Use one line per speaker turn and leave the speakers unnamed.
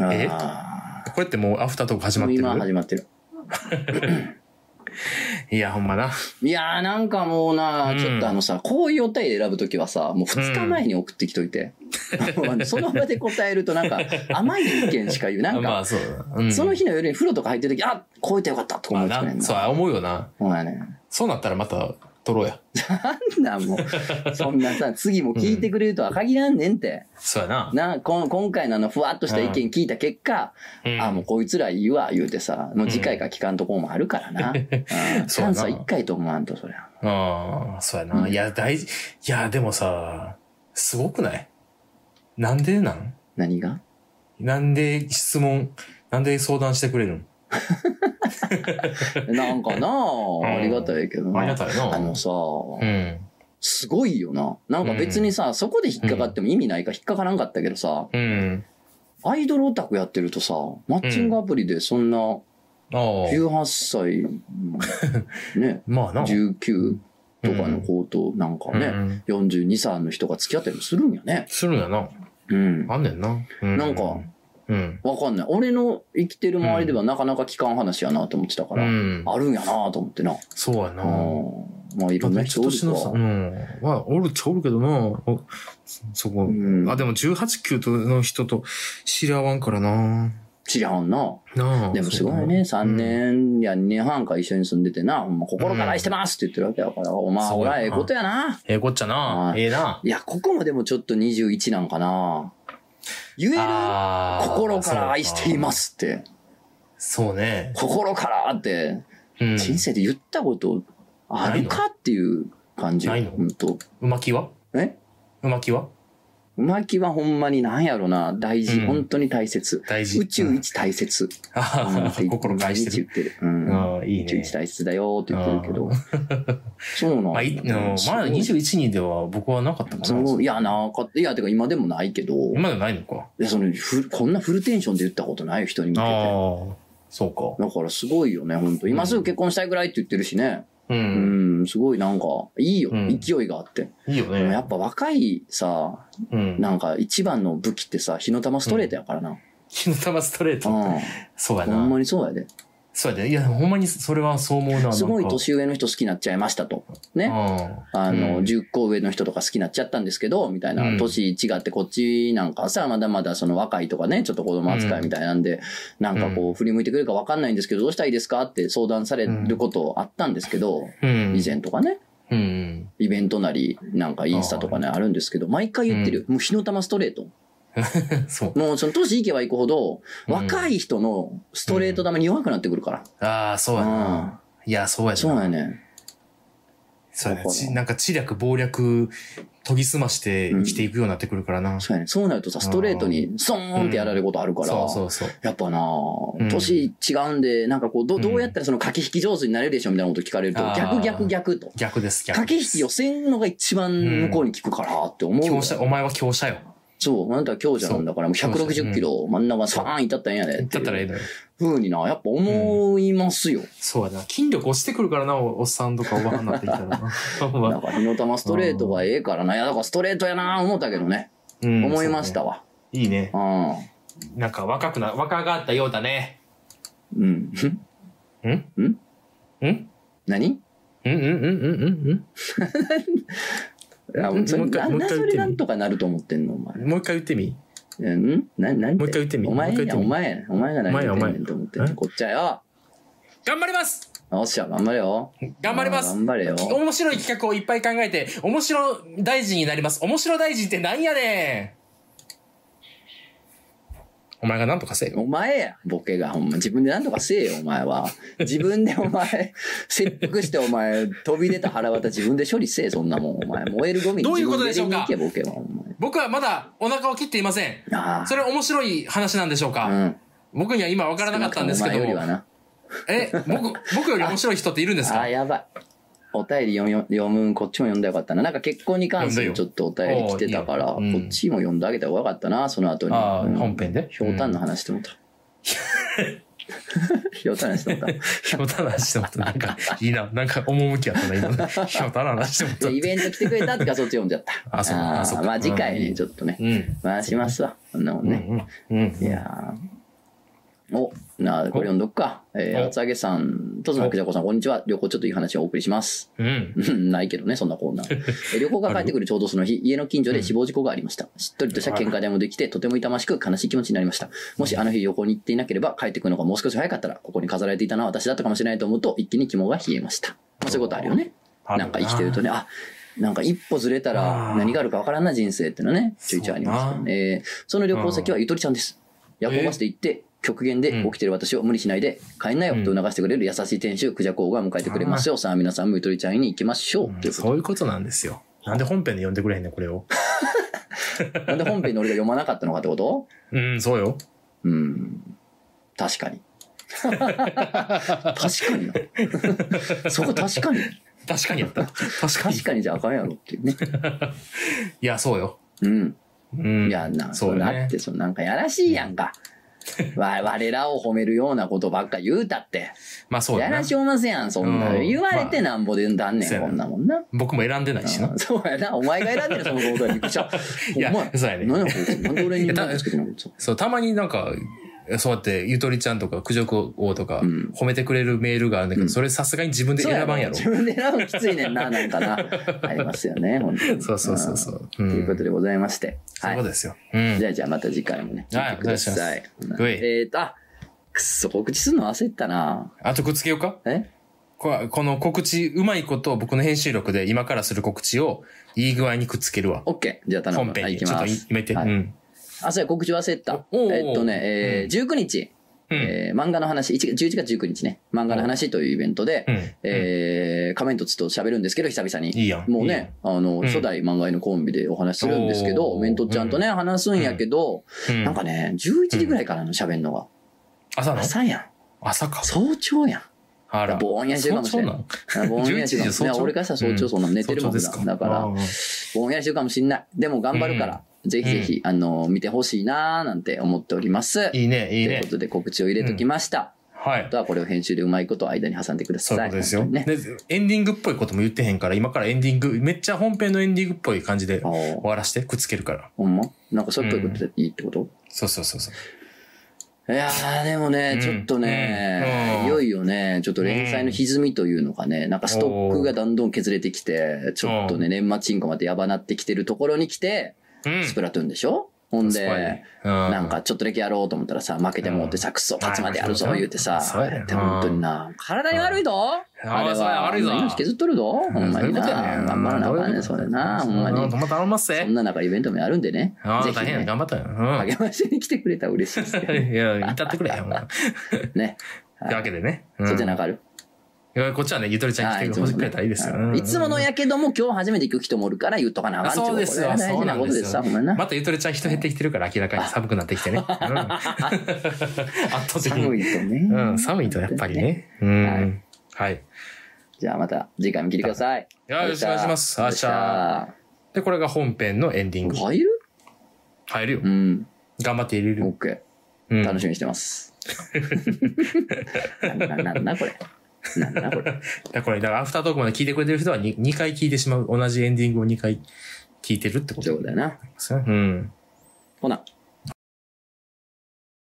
え
あ
これってもうアフタートーク始
ー
まっ
もう
て
今
る
始まってる。
いや、ほんまな。
いやーなんかもうな、
うん
ちょっとあのさ、こういうお便り選ぶときはさ、もう2日前に送ってきといて。 その場で答えるとなん か、甘い意見しか言う。なん
ま
か、
あ、そうだな。うん
その日の夜に風呂とか入ってるとき、あ超えてよかったとか思
まあ
いつかねん
な、
な。
そう、思うよな。
そうやね。
そうなったらまた撮ろうや。
なんなんもう、そんなさ、次も聞いてくれるとは限らんねんって。
そうやな。
な、こん今回のあの、ふわっとした意見聞いた結果、
うん
あ、もうこいつらいいわ、言うてさ、もう次回から聞かんとこもあるからな。うんチ
そ
ャ
うやな
ンスは一回と思わんと、そりゃ。
ああ、そうや
う
な。
ん
いや、大事。いや、でもさ、すごくないなんでなん
何が
なんで質問、なんで相談してくれる
なんかなあ、
ん
ありがたいけど
のありが
な。
たいな。
あのさ、
うん。
すごいよな。なんか別にさ、そこで引っかかっても意味ないから引っかからんかったけどさ、
うん。
アイドルオタクやってるとさ、マッチングアプリでそんな
ああ。
18歳、ね、
まあ な。
19とかの子となんか
うん
ね、
うん
42歳の人が付き合ったりもするんやね。
するんやな。
うん。
あんねんな。う
なんか。
うん。
わかんない。俺の生きてる周りではなかなか聞かん話やなと思ってたか
う
ら、
ん。
あるんやなと思ってな。
そうやな。
うん。まあいろんな
めっ
人
ちゃ
おる
年の差。う
か。
ん。まあ、おるっちゃおるけどな。おそそこ
う。ん
あ、。でも18、9との人と知り合わんからな。
知らんな。
なあ。
でもすごいね、3年や2年半か一緒に住んでてな、ほんま心から愛してますって言ってるわけやから、お前、
そう
ほ
やな
ら、ええことやな。
ええこっちゃな
は。い
ええな。
いや、ここもでもちょっと21なんかな。言える
あー
心から愛していま。すって。
そうかそうね。
心からって、
うん。
人生で言ったことあるかっていう感じ。
ないの
ほんと。
うまきは
え
うまきは
うまきはほんまになんやろな。大事。
うん
本当に大切。
大事。
宇宙一大切。
あー心が愛してる。
毎日言ってる。うん。
ああ、いい
宇宙
ね
一。大切だよって言ってるけど。そうなんだ
まあ、いうんまあ
すごい
21人では僕はなかったか
そ
な。
ういや、なんか、いや、てか今でもないけど、い
今でないのか。
や、その、ふこんなフルテンションで言ったことないよ人に向け
あ
て。
あ、そうか。
だからすごいよね、本当今すぐ結婚したいぐらいって言ってるしね。
う。
うんん、すごいなんか、いいよ、
うん
勢いがあって。
いいよ
でもや
ね。
っぱ若いさ、
うん。
なんか一番の武器ってさ、火の玉ストレートやからな。
火の玉ストレー
う
ト。
ん。
そうや
ほんま
な。
にそうやで。
そうやで。いや、ほんまにそれはそう思うな。
すごい
なんか
年上の人好きになっちゃいましたと。ね。
う
あの、
うん
10個上の人とか好きになっちゃったんですけど、みたいな、
うん
年違ってこっちなんかさ、まだまだその若いとかね、ちょっと子供扱いみたいなんで、なんかこう振り向いてくれるか分かんないんですけど、どうしたらいいですかって相談されることあったんですけど、
ん。うん。
以前とかね、
うん。
イベントなり、なんかインスタとかね、あるんですけど、毎回言ってる。もう火の玉ストレート。
そう。
もうその年いけばいくほど、
うん
若い人のストレート玉に弱くなってくるから。
ああ、そうやな。いや、そうや
そう
な。
やね。
そう
だ
やな。
から
ちなんか、知略、謀略、研ぎ澄まして生きていくようになってくるからな。
そうやね。そうなるとさ、ストレートに、ストーンってやられることあるから。
そうそうそう。
やっぱなあ
うん
年違うんで、なんかこう、ど、
うん
どうやったらその駆け引き上手になれるでしょうみたいなこと聞かれると、
あー
逆逆逆と。
逆です、逆。
駆け引き寄せんのが一番向こうに効くからって思うよ。
強者、お前は強者よ。
そう、あなたは強者なんだから、もう
そう
160キロ真ん中サーンいったったんやで。
だったらええのよ。
ふうにな、やっぱ思いますよ。
そうやな。筋力落ちてくるからな、おおっさんとかおばはんになってきたら な。ほ
な
んま
んか火の玉ストレートがええからな。いや、だからストレートやなあ思ったけどね。
うん
思いましたわ。
そうねいいね。
う
なんか若くな、若がったようだね。
ん。うん。
んん
ん
んん
何
うんうんうんうん
いや
うん
それ
もう一
な
回もう一
な
回
そ
言っ
れ
てみ
なんとかなると思ってんの、お前
う。んもう一回言ってみ。
えんな、なんて
もう一回言ってみ
お前
もう一回言っ
や、
てみ
お前や、お前が何言ってんねんと思ってんねん
お前お前
こっちはよ。
頑張ります
よっしゃ、頑張れよ。
頑張ります
頑張れよ。
面白い企画をいっぱい考えて、面白大臣になります。面白大臣ってなんやねんお前がなんとかせえよ。
お前や、ボケが、ほんま。自分で何とかせえよ、お前は。自分でお 前、切腹してお前、飛び出た腹渡自分で処理せえ、そんなもん、お前。燃えるゴミに
どうい
自
う
分
ことでしょうか
入れに行け、ボケは、お前。
僕はまだお腹を切っていません。
あ
それ面白い話なんでしょう
あ。
か、
うん。
僕には今わからなかったんですけど
お前よりは
も。
な。
え、僕、僕より面白い人っているんです
あ
か
あ、やばい。お便り読む、読む、こっちも読んでよかったな。なんか結婚に関するちょっとお便り来てたから、
読んだよおーいいようん
こっちも読んであげた方がよかったな、その後に。
ああ、
うん
本編で
ひょうたんの話してもうた。ひょうたんの話しても う。
ひょうたんの話してもらった。なんか、いいな。なんか、趣あったな、今の。ひょうたんの話してもらった
イベント来てくれたってからそっち読んじゃった。
あそうか
ー
あそうか
まあ次回
う
ね、
ん
ちょっとね、
た。うん。
回しますわ。そんなもんね。
うん。うん。
いやお、なあ、これ読んどっか。え
お
ー、厚揚げさん、とずのくじゃこさん、こんにちは。旅行ちょっといい話をお送りします。
うん。
うん ないけどね、そんなコーナー。えー旅行が帰ってくるちょうどその日、家の近所で死亡事故がありました。しっとりとした喧嘩でもできて、とても痛ましく悲しい気持ちになりました。もしあの日旅行に行っていなければ、帰ってくるのがもう少し早かったら、ここに飾られていたのは私だったかもしれないと思うと、一気に肝が冷えました。まあ、そういうことあるよね。なんか生きてると
ね。
ね、あ、なんか一歩ずれた
あ
ら
ー
何があるかわからんない人生っていうのはね、ちょいちょいありますけどね。えーその旅行先はゆとりちゃんです。夜行バスで行って、極限で起きてる私を無理しないで帰んなよと促してくれる優しい店主、クジャコウが迎えてくれますよ。さあ皆さんもゆとりちゃんに行きましょう。というこ
そういうことなんですよ。なんで本編で読んでくれへんねん、これを。
と。なんで本編の俺が読まなかったのかってこと
うん、そうよ。
うん。確か に。確かになそこ確かに。
確かにやった。確かに。
確かにじゃあかんやろっていうね。
いや、そうよ。
うん。
うん。
いや、な、
そ
そうう
だ
だ
ね
って、そのなんかやらしいやんか。わ、我らを褒めるようなことばっか言うたって。
まあそう
や
だ
ら
な。
しおますやん、そんな。
うん
言われてなんぼでだんね
まあ
ん、こんなもんな。
僕も選んでないしな。
そうやな、お前が選んでる、そのことは。びっくりした。
いや
ほんまや
そうやね
何やこいつなんで俺に言うんですけど、そう
そう、たまになんか、そうやって、ゆとりちゃんとか、九条王とか
うん、
褒めてくれるメールがあるんだけど、
うん
それさすがに自分で
そうや
選ばんやろ。
自分で選ぶのきついねん な、なんかな。ありますよね、本当に。
そうそうそうそう。と
うん。ということでございまして。
そう
は
いう
い
こ。とですよ。うん
じ。ゃあ、じゃあまた次回もね、
はい
聞いてください。
願いします
えっと、あ、くっそ、告知するの焦ったな。
あとくっつけようか
え
ここの告知、うまいこと僕の編集力で今からする告知をいい具合にくっつけるわ。
オッケー。じゃあ頼む。
本編
はい、
に。
行
ち
き
ょっ
ま
とい
す。
決めて。う
はい
ん。
あ、そうや、告知忘れてた。
おおー
えっとね、えー19日、
うん。
えー漫画の話、1 11月19日ね、漫画の話というイベントで、
うん。
えー、仮面とつと喋るんですけど、久々
い
に。
いやん。
もうね、あの、
ん
初代漫画家のコンビでお話しするんですけ
お
ど、
ー
メントちゃんとね、話すんやけど、
いいやん。
なん
う
かね、11時ぐらいからの喋るのが。
朝の
朝やん。
朝か。
早朝やん。
あら。
ぼーんやりしてるかもしれん
そうそう
あぼんやりしてるかもしれん
11時早朝
いや俺からしたら早朝そんな寝てるもん
うん早朝です
な。
か
だから
あ、
ぼんやりしてるかもしんない。でも頑張るから、ぜひぜひ、あの、見てほしいなーなんて思っております。
いいね、いい
という
ね
こ。とで告知を入れときました。
はい
あと。はこれを編集でうまいこと間に挟んでくださ
そ
い。
ういうことですよ。
ね。
で、エンディングっぽいことも言ってへんから、今からエンディング、めっちゃ本編のエンディングっぽい感じで
あ
終
ー
わらして、くっつけるから。
ほんまなんかそういうことでいいってこと、
そうそうそうそう。
いやー、でもね
う、ん
ちょっと
うん
ね、いよいよね、ちょっと連載の歪みというのがね、なんかストックがだんだん削れてきて、ちょっとね、年末進行までやばなってきてるところに来て、
うん。
スプラトゥーンでしょほん
スパイ
で、な、
なん
かちょっとだけやろうと思ったらさ、負けてもうてさ、くっそ、勝つまでやるぞ、言うてさ
そうやねん、
でも本当にな、体に悪いぞ
うん
あれ
あーそうや
は、
悪いぞ
命削っとるぞほんまにな。頑張らなあかんね、それな、ほんまに。
またまっせ
そ。んな中イベントもやるんでね。
あ
ぜ
あ、
ひ
大変や、
ね、
頑張ったよ。う
励ましに来てくれたら嬉しいですね。
ん。いや、至ってくれよ。
ね。
ってわけでね。うん
そっちなんかある、
いやこっちはね、ゆとりちゃん来て
い
ほ
つも
し
の
くれたらいいですよ。うん
いつものやけども今日初めて行く人もおるから言っとかなあかんってこと
そうですよ
これは大事なことです
そ
さ、
うなん
ほんまにな。
またゆとりちゃん人減ってきてるから明らかに寒くなってきてね。うん 圧倒的
寒
に。
いとね。
うん、寒いとやっぱり。ね。うん。はい。
じゃあまた次回も聞いてください。
いやよろしくお願いします
ありがとうございま
で、これが本編のエンディング
した。入る
入るよ
う。ん。
頑張って入れるよ。
OK。
うん
楽しみにして ます。なんだなんだこれ。なんだこれ。
だからこれ、だからアフタートークまで聞いてくれてる人は 2, 2回聞いてしまう。同じエンディングを2回聞いてるってこ
そうい
と
うことだよな。
ですね。うん。
ほな。